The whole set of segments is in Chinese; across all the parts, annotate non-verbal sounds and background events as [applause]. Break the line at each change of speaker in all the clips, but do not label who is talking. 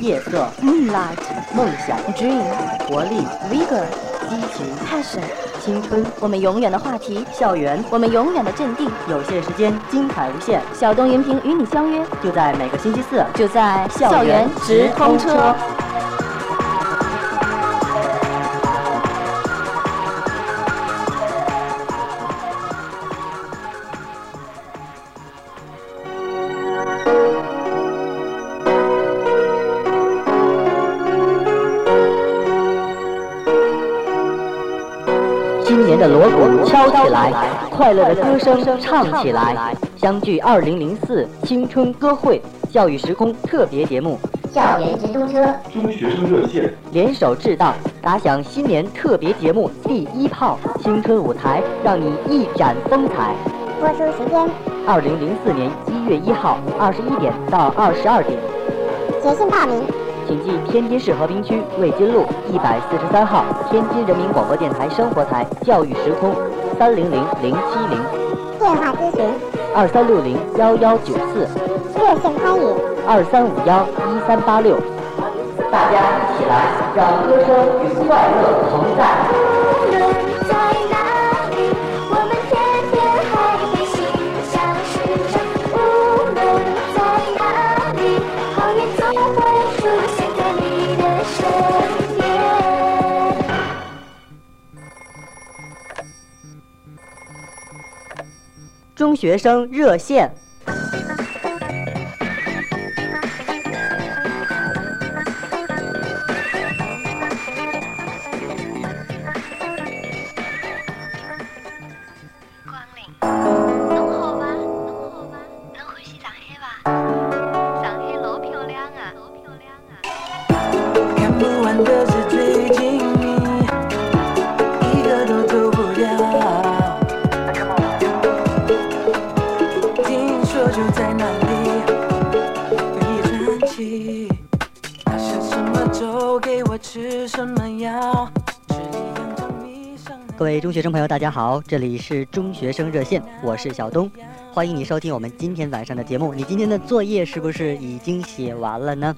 夜色、
moonlight,
梦想、
dream,
活力、
vigor,
激情、
passion。
青春、
我们永远的话题，
校园，
我们永远的镇定。
有限时间，精彩无限，
小东荧屏与你相约，
就在每个星期四。
就在
校园直通车。新年的锣鼓敲起来，快乐的歌声唱起来，相聚二零零四青春歌会教育时空特别节目，
校园直通车，
中学生热线，
联手制造，打响新年特别节目第一炮，青春舞台让你一展风采。
播出时间：
二零零四年一月一号二十一点到二十二点，
写信报名。
请寄天津市和平区卫津路一百四十三号天津人民广播电台生活台教育时空三零零零七零
电话咨询：
二三六零幺幺九四
热线参与。
二三五幺一三八六。大家一起来，让歌声与快乐同在。
无论在哪里，我们天天还会心相识着。无论在哪里，好运总会出现在你的身边。
中学生热线。
光临，侬好伐？侬好伐？侬欢喜上海伐？上海老漂亮啊！老漂亮啊！
看不完的是最近你，一个都走不掉。听说就在那里，有一传奇。他想什么粥给我吃什么药，吃一样粥迷上了。
各位中学生朋友，大家好，这里是中学生热线，我是小东，欢迎你收听我们今天晚上的节目。你今天的作业是不是已经写完了呢？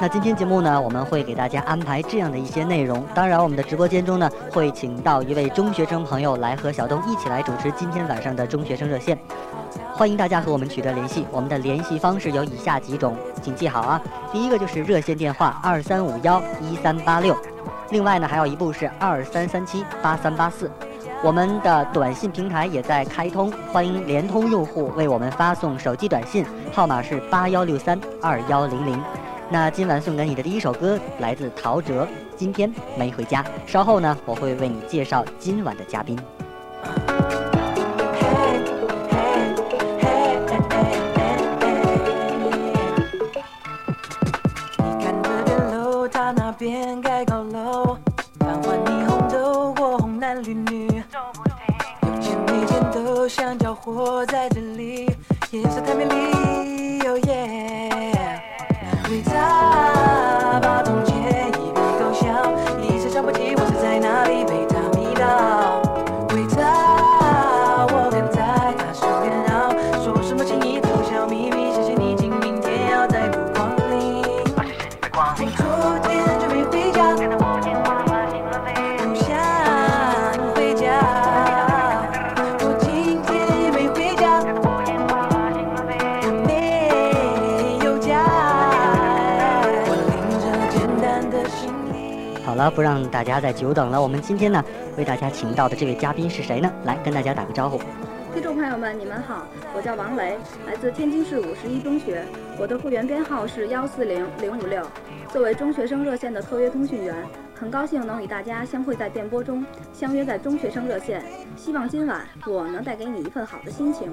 那今天节目呢，我们会给大家安排这样的一些内容。当然，我们的直播间中呢，会请到一位中学生朋友来和小东一起来主持今天晚上的中学生热线。欢迎大家和我们取得联系。我们的联系方式有以下几种，请记好啊。第一个就是热线电话二三五幺一三八六，另外呢还有一部是二三三七八三八四。我们的短信平台也在开通，欢迎联通用户为我们发送手机短信，号码是八幺六三二幺零零。那今晚送给你的第一首歌来自陶喆，《今天没回家》。稍后呢，我会为你介绍今晚的嘉宾。
嘿，嘿，嘿，嘿，你看这边楼，他那边盖高楼，繁华霓虹灯火红男绿女，有钱没钱都想搅和在这里，夜色太美丽，哦耶！回家吧，从前一笔勾销，一直想不起我是在哪里被他迷倒。回家，我跟在他手边绕，说什么情谊都笑眯眯，谢谢你，请明天要再度光临。从昨天就没回家，不想回家。我今天也没回家。没有家，我拎着简单的行李。
好了，不让大家再久等了。我们今天呢，为大家请到的这位嘉宾是谁呢？来跟大家打个招呼。
听众朋友们，你们好，我叫王雷，来自天津市五十一中学，我的会员编号是幺四零零五六。作为中学生热线的特约通讯员，很高兴能与大家相会在电波中，相约在中学生热线。希望今晚我能带给你一份好的心情。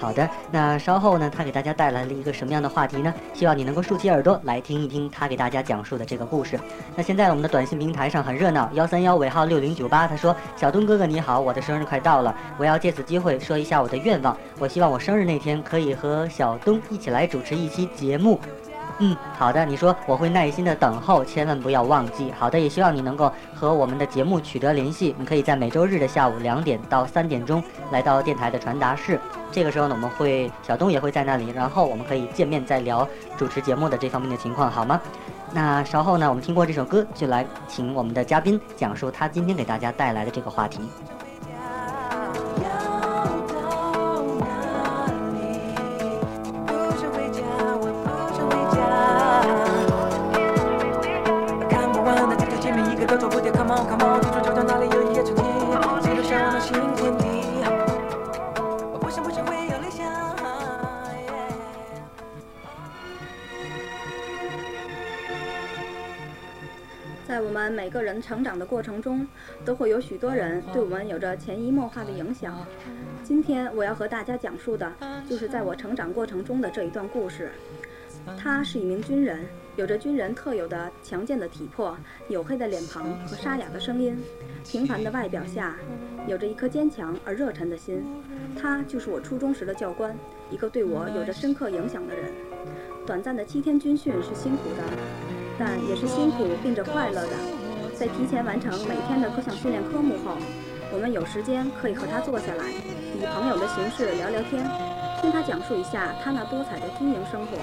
好的，那稍后呢，他给大家带来了一个什么样的话题呢？希望你能够竖起耳朵来听一听他给大家讲述的这个故事。那现在我们的短信平台上很热闹，幺三幺尾号六零九八，他说：“小东哥哥你好，我的生日快到了，我要借此机会说一下我的愿望，我希望我生日那天可以和小东一起来主持一期节目。”嗯，好的，你说我会耐心的等候，千万不要忘记。好的，也希望你能够和我们的节目取得联系。你可以在每周日的下午两点到三点钟来到电台的传达室，这个时候呢，我们会小东也会在那里，然后我们可以见面再聊主持节目的这方面的情况，好吗？那稍后呢，我们听过这首歌，就来请我们的嘉宾讲述他今天给大家带来的这个话题。
要到哪里？不想回家，我不想回家。看不完的街角，见面一个都走不掉。Come on come on，地球就到哪里有一夜春天，记录下我们新天地。我不想不想会有理想。
在我们每个人成长的过程中，都会有许多人对我们有着潜移默化的影响。今天我要和大家讲述的就是在我成长过程中的这一段故事。他是一名军人，有着军人特有的强健的体魄、黝黑的脸庞和沙哑的声音。平凡的外表下，有着一颗坚强而热忱的心。他就是我初中时的教官，一个对我有着深刻影响的人。短暂的七天军训是辛苦的，但也是辛苦并着快乐的。在提前完成每天的各项训练科目后，我们有时间可以和他坐下来，以朋友的形式聊聊天，听他讲述一下他那多彩的军营生活。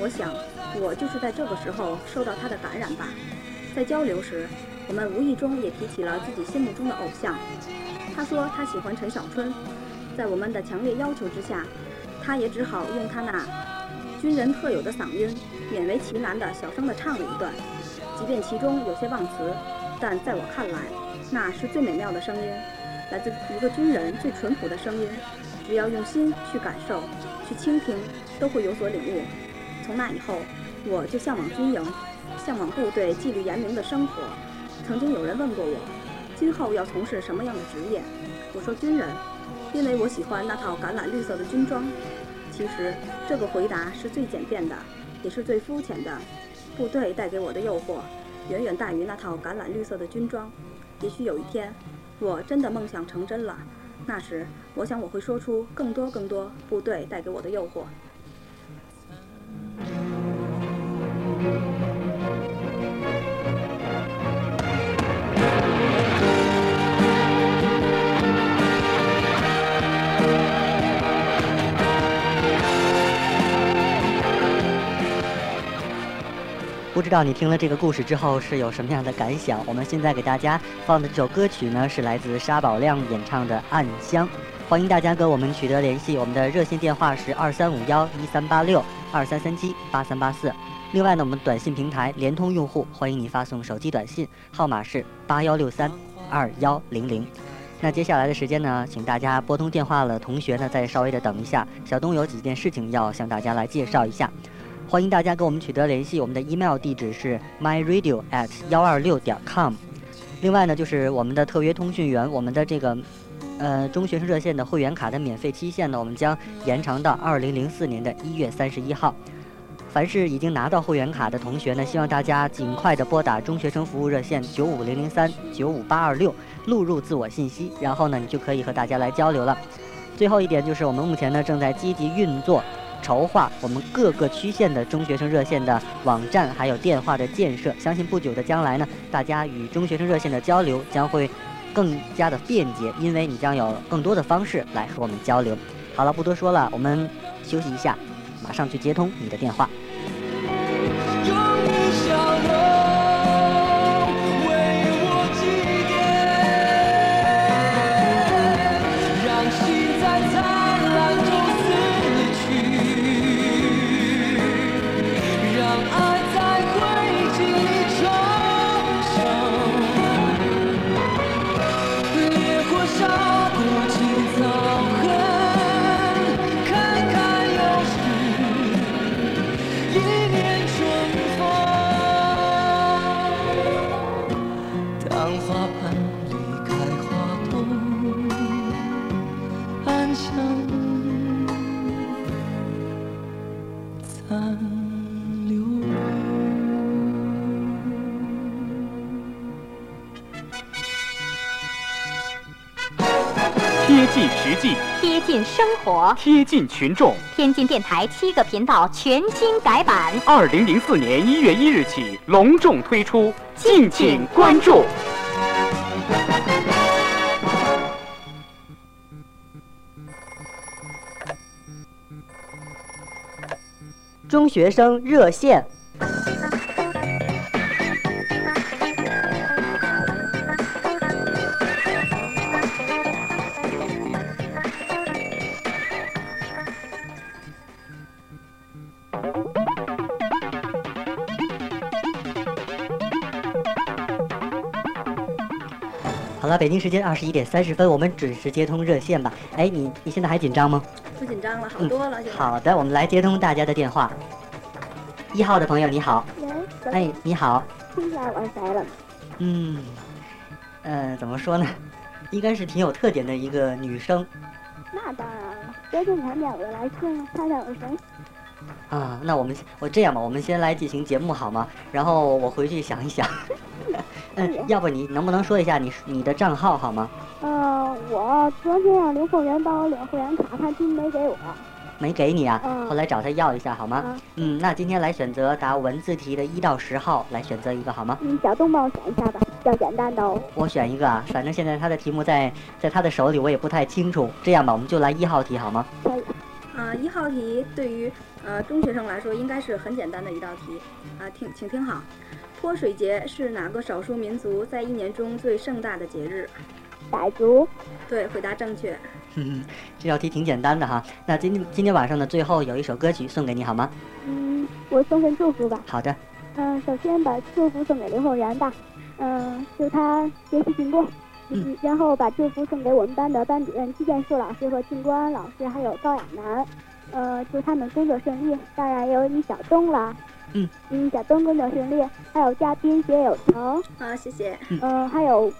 我想，我就是在这个时候受到他的感染吧。在交流时，我们无意中也提起了自己心目中的偶像。他说他喜欢陈小春，在我们的强烈要求之下，他也只好用他那军人特有的嗓音，勉为其难的小声的唱了一段，即便其中有些忘词，但在我看来，那是最美妙的声音，来自一个军人最淳朴的声音。只要用心去感受、去倾听，都会有所领悟。从那以后，我就向往军营，向往部队纪律严明的生活。曾经有人问过我，今后要从事什么样的职业？我说军人，因为我喜欢那套橄榄绿色的军装。其实这个回答是最简便的，也是最肤浅的。部队带给我的诱惑，远远大于那套橄榄绿色的军装。也许有一天，我真的梦想成真了，那时我想我会说出更多更多部队带给我的诱惑。
不知道你听了这个故事之后是有什么样的感想？我们现在给大家放的这首歌曲呢，是来自沙宝亮演唱的《暗香》。欢迎大家跟我们取得联系，我们的热线电话是二三五幺一三八六二三三七八三八四。另外呢，我们短信平台联通用户欢迎你发送手机短信，号码是八幺六三二幺零零。那接下来的时间呢，请大家拨通电话了，同学呢再稍微的等一下，小东有几件事情要向大家来介绍一下。欢迎大家跟我们取得联系，我们的 email 地址是 myradio at 幺二六点 com。另外呢，就是我们的特约通讯员，我们的这个呃中学生热线的会员卡的免费期限呢，我们将延长到二零零四年的一月三十一号。凡是已经拿到会员卡的同学呢，希望大家尽快的拨打中学生服务热线九五零零三九五八二六，录入自我信息，然后呢，你就可以和大家来交流了。最后一点就是，我们目前呢正在积极运作筹划我们各个区县的中学生热线的网站还有电话的建设。相信不久的将来呢，大家与中学生热线的交流将会更加的便捷，因为你将有更多的方式来和我们交流。好了，不多说了，我们休息一下，马上去接通你的电话。
用你笑容为我祭奠，让心在灿烂中死去，让爱在灰烬里重生，烈火烧过青草痕，看看又是。一年春风，当花瓣离开花朵，暗香残留。
贴近实际，
贴近生活。
贴近群众。
天津电台七个频道全新改版，
二零零四年一月一日起隆重推出，敬请关注。
中学生热线。好了，北京时间二十一点三十分，我们准时接通热线吧。哎，你你现在还紧张吗？嗯
不紧张了，好多了。现在
好的，我们来接通大家的电话。一号的朋友你好，
喂，
哎，你好，
听出来我是谁了吗？
嗯，呃，怎么说呢？应该是挺有特点的一个女生
那当然了，决定难免我来听了，猜猜我是谁？
啊。那我们我这样吧，我们先来进行节目好吗？然后我回去想一想。嗯，要不你能不能说一下你你的账号好吗？
呃，我昨天让刘凤元帮我领会员卡，他今没给我。
没给你啊，
嗯
后来找他要一下好吗
嗯？
嗯，那今天来选择答文字题的一到十号来选择一个好吗？
嗯，小东帮我选一下吧，要简单的哦。
我选一个啊，反正现在他的题目在在他的手里，我也不太清楚。这样吧，我们就来一号题好吗？
可以，
啊，一号题对于呃中学生来说应该是很简单的一道题啊，听请听好，泼水节是哪个少数民族在一年中最盛大的节日？
傣族，
对，回答正确。
哼，这道题挺简单的哈。那今天今天晚上的最后有一首歌曲送给你好吗？
嗯，我送份祝福吧。
好的，
嗯，首先把祝福送给刘凤元吧，嗯，祝他学习进步。
嗯
然后把祝福送给我们班的班主任季建树老师和靳国安老师，还有高亚楠，呃，祝他们工作顺利。当然也有你小东啦，
嗯
嗯，小东工作顺利，还有嘉宾学友成，
啊，谢谢。
嗯、还有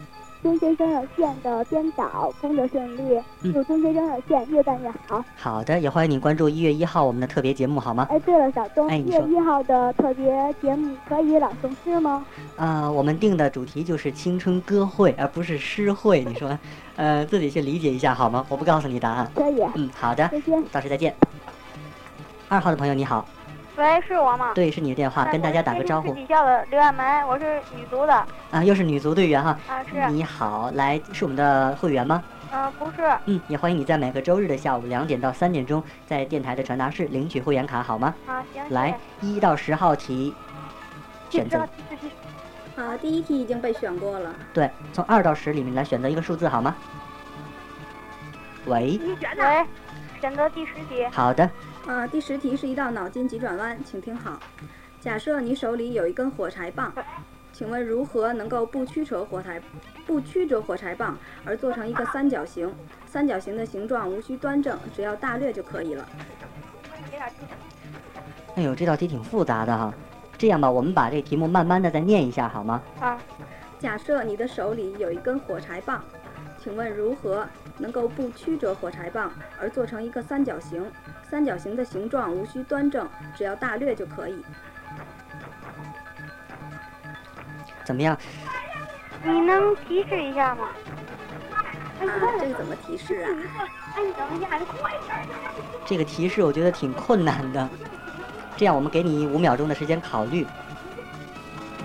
中学生热线的编导工作顺利，
嗯
祝中学生热线越办越好。
好的，也欢迎你关注一月一号我们的特别节目好吗？
哎，对了，小东，
哎
一
你
月
说
一号的特别节目可以朗诵诗吗？
啊、我们定的主题就是青春歌会，而不是诗会。你说， [laughs] 呃，自己去理解一下好吗？我不告诉你答案。
可以，
嗯，好的，
再见。
到时再见。二号的朋友你好，
喂，是我吗？
对，是你的电啊话，跟大家打个招呼
底校的刘亚梅，我是女足的
啊，又是女足队员哈。
啊，是，
你好，来是我们的会员吗？
嗯，不是，
嗯，也欢迎你在每个周日的下午两点到三点钟，在电台的传达室领取会员卡，好吗？
啊，行，
来，一到十号题，选择
啊，第一题已经被选过了。
对，从二到十里面来选择一个数字，好吗？喂，
喂，选择第十题，
好的，
啊，第十题是一道脑筋急转弯，请听好。假设你手里有一根火柴棒，请问如何能够不曲折火柴不曲折火柴棒而做成一个三角形？三角形的形状无需端正，只要大略就可以了。
哎呦，这道题挺复杂的哈。这样吧，我们把这题目慢慢的再念一下，好吗？
假设你的手里有一根火柴棒，请问如何能够不曲折火柴棒而做成一个三角形？三角形的形状无需端正，只要大略就可以。
怎么样？
你能提示一下吗？
啊，这个怎么提示啊？
哎，你等一下，你快点。
这个提示我觉得挺困难的。这样，我们给你五秒钟的时间考虑。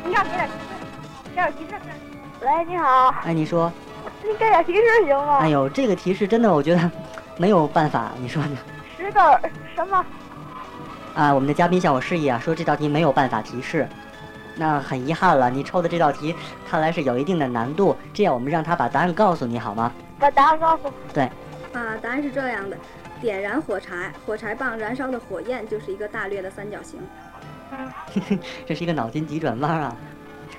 你让给点给点提示。喂，你好，
哎，你说，
你给点提示行吗？
哎呦，这个提示真的，我觉得没有办法，你说呢？
十个什么？
啊，我们的嘉宾向我示意啊，说这道题没有办法提示。那很遗憾了，你抽的这道题看来是有一定的难度。这样，我们让他把答案告诉你好吗？
把答案告诉我。
啊，答案是这样的：点燃火柴，火柴棒燃烧的火焰就是一个大略的三角形。
这是一个脑筋急转弯啊。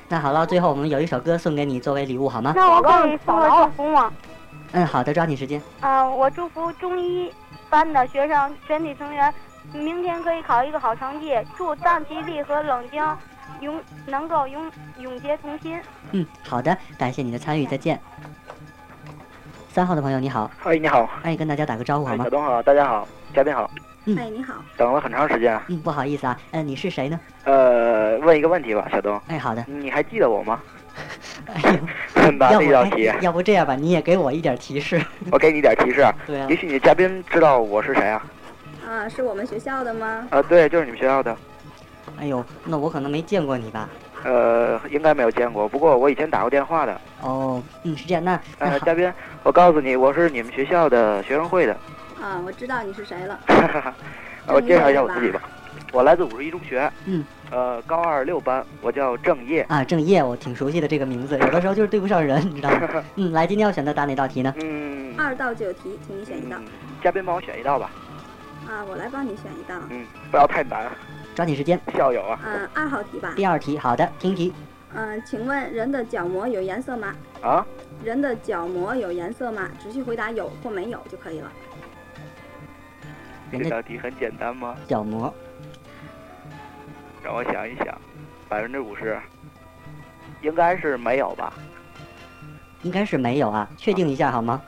那好了，最后我们有一首歌送给你作为礼物好吗？
那我可以送个祝福吗？
嗯，好的，抓紧时间。
啊、我祝福中一班的学生全体成员，明天可以考一个好成绩。祝张吉利和冷静永能够永永结同心。
嗯，好的，感谢你的参与，再见。三号的朋友你好，
哎，你好，
哎，跟大家打个招呼好
哎，
吗
小？东好，大家好，嘉宾好，
嗯
哎，你好，
等了很长时间啊。
嗯，不好意思啊，嗯，你是谁呢？
呃，问一个问题吧，小东，
[laughs]
哎，好的，
你还记得我吗？
哎呦，
看吧，
要
那
不
道
哎 [laughs]
题，啊
要不这样吧，你也给我一点提示。
我给你点提示啊，
对啊
也，许你嘉宾知道我是谁啊？
啊，是我们学校的吗？
啊，对，就是你们学校的，
哎呦，那我可能没见过你吧？
呃，应该没有见过，不过我以前打过电话的。
哦，嗯，是这样，那那 [laughs]
呃，
好
嘉宾，我告诉你，我是你们学校的学生会的。
啊，我知道你是谁了。
我介绍一下我自己吧，我来自五十一中学，
嗯，
呃，高二六班，我叫郑业。
啊，郑业，我挺熟悉的这个名字，有的时候就是对不上人，你知道吗？嗯，来，今天要选择答哪道题呢？
嗯，
啊
二到九题，请你选一道。
嗯，嘉宾帮我选一道吧，
啊，我来帮你选一道。
嗯，不要太难，
抓紧时间，
校友啊
嗯、二号题吧。
第二题，好的，听题。
嗯、请问人的角膜有颜色吗？
啊，
人的角膜有颜色吗？只需回答有或没有就可以了。
人
这
家
道题很简单吗？
角膜，
让我想一想，
嗯
百分之五十，应该是没有吧？
应该是没有啊，确定一下好吗？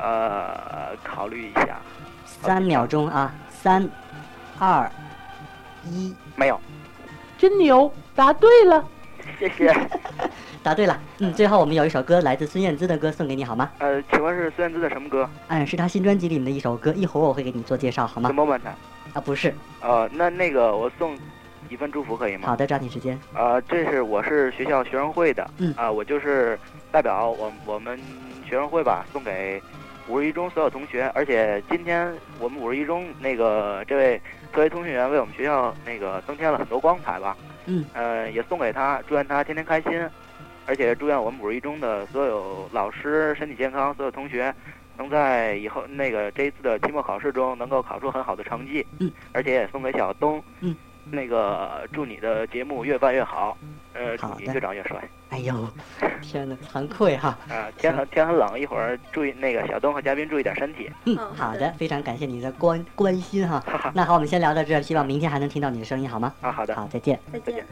呃，考虑一下，
三秒钟啊，三，二，一，
没有，
真牛，答对了。
谢谢。
答对了。嗯，最后我们有一首歌，来自孙燕姿的歌送给你好吗？
呃，请问是孙燕姿的什么歌？
嗯，是她新专辑里面的一首歌，一会儿我会给你做介绍好
什
吗？
么版本？
啊，不是，
呃，那那个我送一份祝福可以吗？
好的，抓紧时间。
呃，这是我是学校学生会的，
嗯
啊、我就是代表我我们学生会吧，送给五十一中所有同学，而且今天我们五十一中那个这位作为通讯员为我们学校那个增添了很多光彩吧，
嗯，
呃，也送给他，祝愿他天天开心，而且祝愿我们五十一中的所有老师身体健康，所有同学。能在以后那个这一次的期末考试中能够考出很好的成绩，
嗯，
而且也送给小东，
嗯，
那个祝你的节目越办越好，呃，祝
好
你
的
越长越帅。
哎呦，天哪，惭愧哈、
啊，天很天很冷，一会儿注意那个小东和嘉宾注意点身体。
嗯，
哦
好
好
的
的，
非常感谢你的关关心 [laughs] 哈。那好，我们先聊到这儿，希望明天还能听到你的声音好吗？
啊，好的，
好，再见。
再见。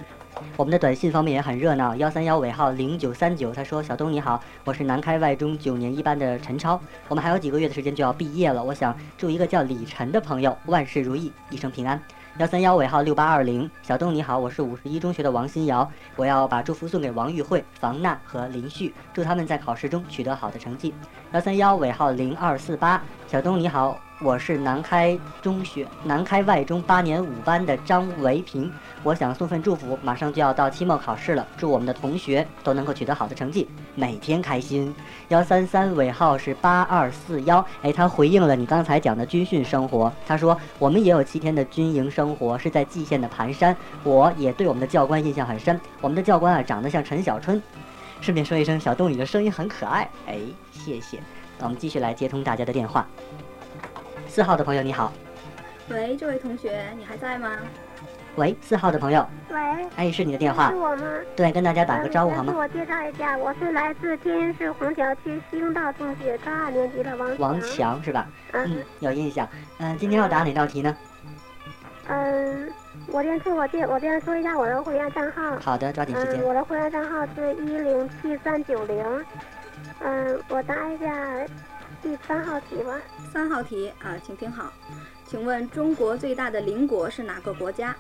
我们的短信方面也很热闹，幺三幺尾号零九三九，他说：“小东你好，我是南开外中九年一班的陈超，我们还有几个月的时间就要毕业了，我想祝一个叫李晨的朋友万事如意，一生平安。”幺三幺尾号六八二零，小东你好，我是五十一中学的王新瑶，我要把祝福送给王玉慧、房娜和林旭，祝他们在考试中取得好的成绩。幺三幺尾号零二四八，小东你好，我是南开中学南开外中八年五班的张维平，我想送份祝福，马上就要到期末考试了，祝我们的同学都能够取得好的成绩，每天开心。幺三三尾号是八二四幺，哎，他回应了你刚才讲的军训生活，他说我们也有七天的军营生活，是在蓟县的盘山，我也对我们的教官印象很深，我们的教官啊长得像陈小春。顺便说一声，小动你的声音很可爱，哎，谢谢。那我们继续来接通大家的电话。四号的朋友你好，
喂，这位同学，你还在吗？
喂，四号的朋友，
喂，
哎，是你的电话
是，我吗？
对，跟大家打个招呼好
嗯自
吗？
我介绍一下，我是来自天津市虹桥区西中道中学高二年级的王
王
强。
强是吧？嗯
嗯，
有印象。嗯，今天要答哪道题呢？
嗯，我先自我介，我先说一下我的会员账号。
好的，抓紧时
嗯，
间。
我的会员账号是一零七三九零。嗯，我答一下第三号题吧。
三号题啊，请听好，请问中国最大的邻国是哪个国家？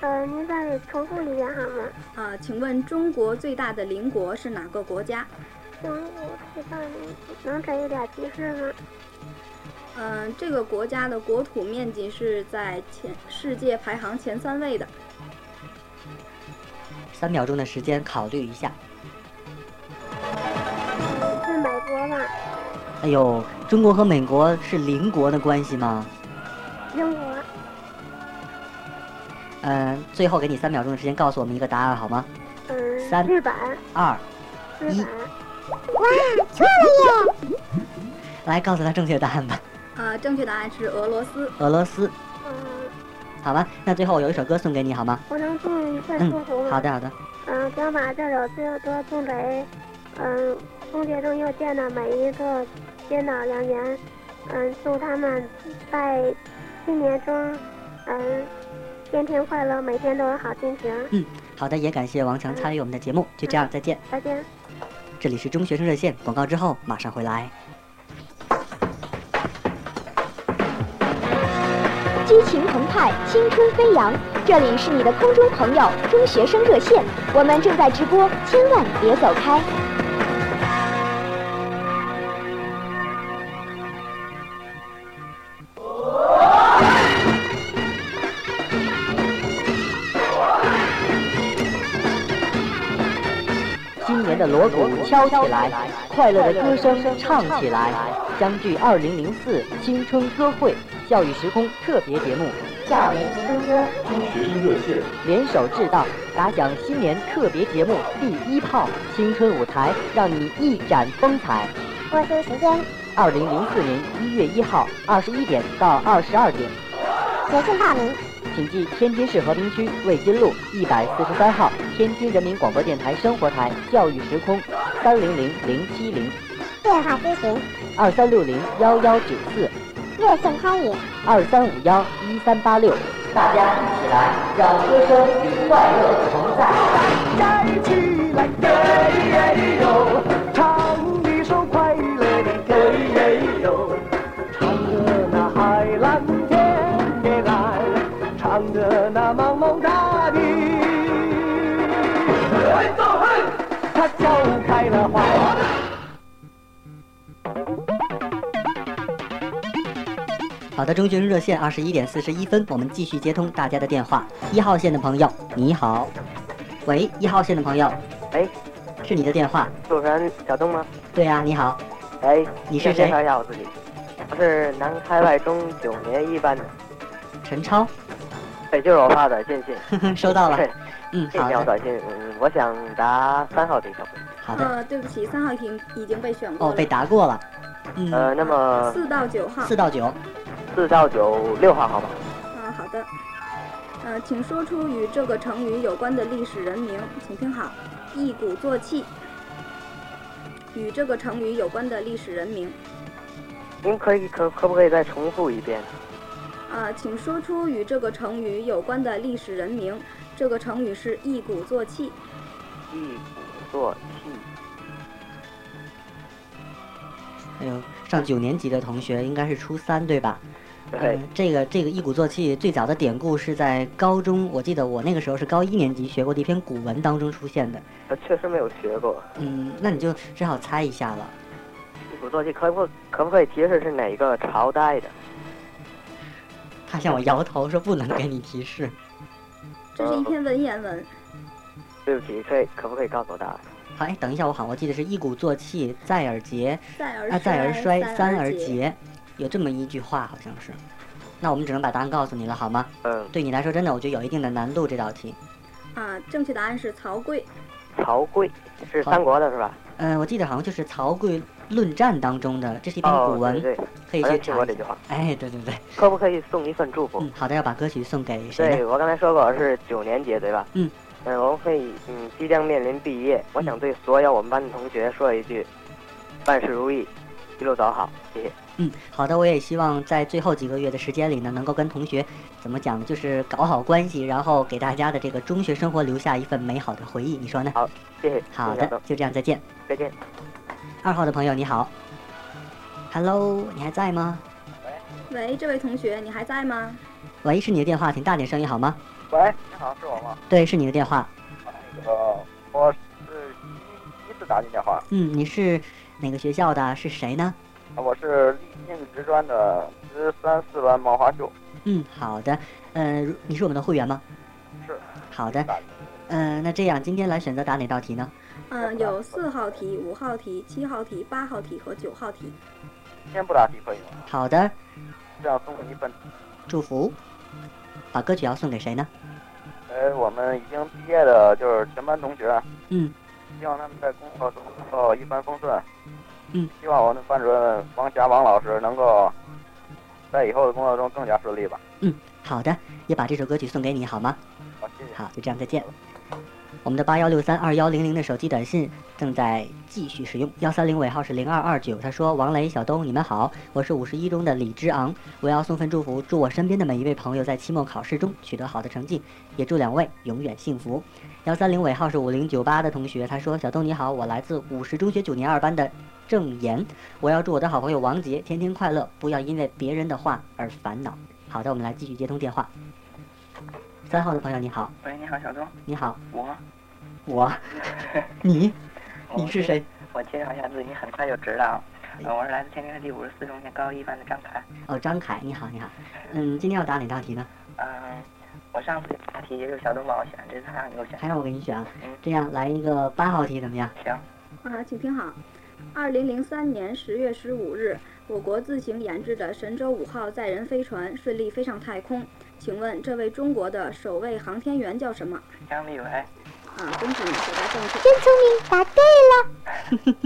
嗯，您再重复一遍好吗？
啊，请问中国最大的邻国是哪个国家？
中国最大能给一点提示吗？
嗯、这个国家的国土面积是在前世界排行前三位的。
三秒钟的时间考虑一下。
是美国吧？
哎呦，中国和美国是邻国的关系吗？
英国？
嗯，最后给你三秒钟的时间告诉我们一个答案好吗？三
嗯，日本，
二，
日
一
本。
来告诉他正确答案吧。 [laughs]
啊，正确答案是俄罗斯。
俄罗斯，
嗯，
好吧？那最后有一首歌送给你好吗？
我能送一份
嗯
祝福吗？
好的，好的。
嗯，想把这首自由歌送给，嗯，中学生又见的每一个编导人员，嗯，祝他们在新年中，嗯，天天快乐，每天都有好心情。
好的，也感谢王强参与我们的节目。就这样，再见。
再见。
这里是中学生热线，广告之后马上回来。
激情澎湃，青春飞扬。这里是你的空中朋友中学生热线，我们正在直播，千万别走开。
田的锣鼓敲起来，快乐的歌声唱起来，相聚二零零四青春歌会教育时空特别节目，
校园青春歌，
学生热线
联手制造打响新年特别节目第一炮，青春舞台让你一展风采。
播出时间
二零零四年一月一号二十一点到二十二点，
写信报名。
请寄天津市和平区卫津路一百四十三号天津人民广播电台生活台教育时空三零零零七零，
电话咨询
二三六零幺幺九四，
热线参与
二三五幺一三八六。大家一起来，让歌声与快乐同在。
站起来，耶耶哟，唱一首快乐的歌耶哟，唱得那海蓝天边蓝，唱得那茫茫大地。他叫开了花。
好的，中学生热线二十一点四十一分，我们继续接通大家的电话。一号线的朋友，你好，喂，一号线的朋友，
喂，
是你的电话，
主持人小东吗？
对呀、你好，
哎，
你是
先
谁
介绍一下我自己，我是南开外中九年一班的，
陈超，
这就是我发的短
[laughs]
信。
收到了，嗯，
这
好
条
的，
短信，嗯，我想答三号这条。
好的，
呃，对不起，三号已经已经被选过
哦，
了。
被答过了，嗯，
呃，那么
四到九号。
四到九，
四到九六号好吧？
嗯，好的。呃，请说出与这个成语有关的历史人名，请听好：一鼓作气。与这个成语有关的历史人名，
您可以可可不可以再重复一遍？
呃，请说出与这个成语有关的历史人名。这个成语是一鼓作气。
一鼓作气。
哎呦，上九年级的同学应该是初三对吧？
对
嗯这个这个一鼓作气最早的典故是在高中，我记得我那个时候是高一年级学过的一篇古文当中出现的。
我确实没有学过。
嗯，那你就只好猜一下了。
一鼓作气，可不可不可以提示是哪个朝代的？
他向我摇头说不能给你提示。
这
哦
是一篇文言文。
对不起，可以可不可以告诉我答案？
好，哎，等一下，我好像我记得是一鼓作气，再而竭，
再而
啊，再而
衰
衰，
三
三
而
而
竭
竭，有这么一句话好像是。那我们只能把答案告诉你了，好吗？
嗯。
对你来说，真的我觉得有一定的难度这道题。
啊，正确答案是曹刿。
曹刿是
好
三国的是吧？
呃，我记得好像就是曹刿论战当中的，这是一篇
哦
古文，
对对
可以
好像
去
听
查
过
一
这
下
句话。
哎，对对对，
可不可以送一份祝福？
嗯，好的，要把歌曲送给谁
对
呢？
我刚才说过我是九年级，对吧？
嗯。
嗯，我们会嗯即将面临毕业，我想对所有我们班的同学说一句，万事如意，一路走好，谢谢。
嗯，好的，我也希望在最后几个月的时间里呢，能够跟同学怎么讲，就是搞好关系，然后给大家的这个中学生活留下一份美好的回忆，你说呢？
好，谢谢。
好
谢谢
的
小东，
就这样，再见。
再见。
二号的朋友你好，Hello，你还在吗？
喂，这位同学，你还在吗？
喂，是你的电话，请大点声音好吗？
喂，哎你好，是我吗？
对，是你的电话。
那个，我是第一次打进电话，
嗯，你是哪个学校的？是谁呢？
我是立进职专的十三四班毛花秀，
嗯，好的。呃，如你是我们的会员吗？
是。
好的。呃，那这样今天来选择答哪道题呢？
嗯，有四号题、五号题、七号题、八号题和九号题。
今天不打题可以吗？
好的，
这样送你一份。
祝福。把歌曲要送给谁呢？
呃，我们已经毕业的，就是全班同学，啊
嗯
希望他们在工作中能够一帆风顺。
嗯。
希望我们班主任王霞王老师能够在以后的工作中更加顺利吧。
嗯，好的，也把这首歌曲送给你好吗？
好，谢谢。
好，就这样，再见。我们的八幺六三二幺零零的手机短信正在继续使用，幺三零尾号是零二二九。他说：“王雷、小东，你们好，我是五十一中的李之昂，我要送份祝福，祝我身边的每一位朋友在期末考试中取得好的成绩，也祝两位永远幸福。”幺三零尾号是五零九八的同学，他说：“小东你好，我来自五十中学九年二班的郑岩，我要祝我的好朋友王杰天天快乐，不要因为别人的话而烦恼。”好的，我们来继续接通电话。三号的朋友你好，
喂，你好，小东，
你好，
我，
我，你，你是谁？哎
我介绍一下自己，你很快就知道。呃，我是来自天津市第五十四中学高一班的张凯。
哦，张凯，你好，你好。嗯，今天要答哪道题呢？
嗯、我上次给他提一个小东帮我选，这次他让你给我选。
还让我给你选啊？这样来一个八号题怎么样？
行。
啊，请听好。二零零三年十月十五日，我国自行研制的神舟五号载人飞船顺利飞上太空。请问这位中国的首位航天员叫什么？
江立伟。
啊，恭喜你回答正确。
真聪明，答对
了。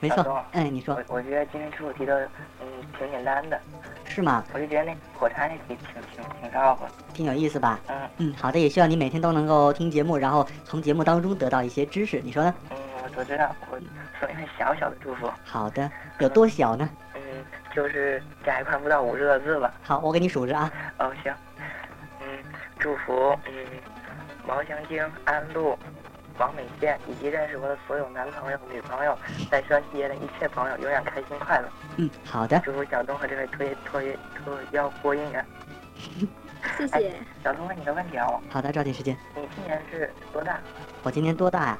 没错，哎，你说，
我觉得今天出的题都嗯挺简单的，
是吗？
我就觉得那火柴那题挺挺挺绕乎，
挺有意思吧？
嗯
嗯，好的，也希望你每天都能够听节目，然后从节目当中得到一些知识，你说呢？
嗯，我都知道，我说一个小小的祝福，
好的，有多小呢？
嗯，就是加一块不到五十个字吧。
好，我给你数着啊，
哦，行，嗯，祝福嗯毛香晶、安陆、王美健以及认识我的所有男朋友、女朋友，在双溪的一切朋友永远开心快乐。
嗯，好的，
祝福小东和这位脱脱脱腰播音员。
谢谢。
小东问你个问题啊，我
好的，抓紧时间。
你今年是
[laughs]
多大？
我今年多大呀、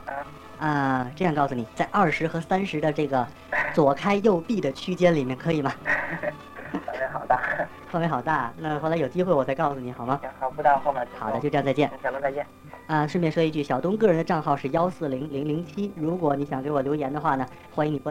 啊？这样告诉你，在二十和三十的这个左开右闭的区间里面，可以吗？
范围好 [laughs] 大。
范围好大，那后来有机会我再告诉你好吗？
好，不到后面。
好的，就这样，再见。
小东再见。
啊，顺便说一句，小东个人的账号是幺四零零零七，如果你想给我留言的话呢，欢迎你拨。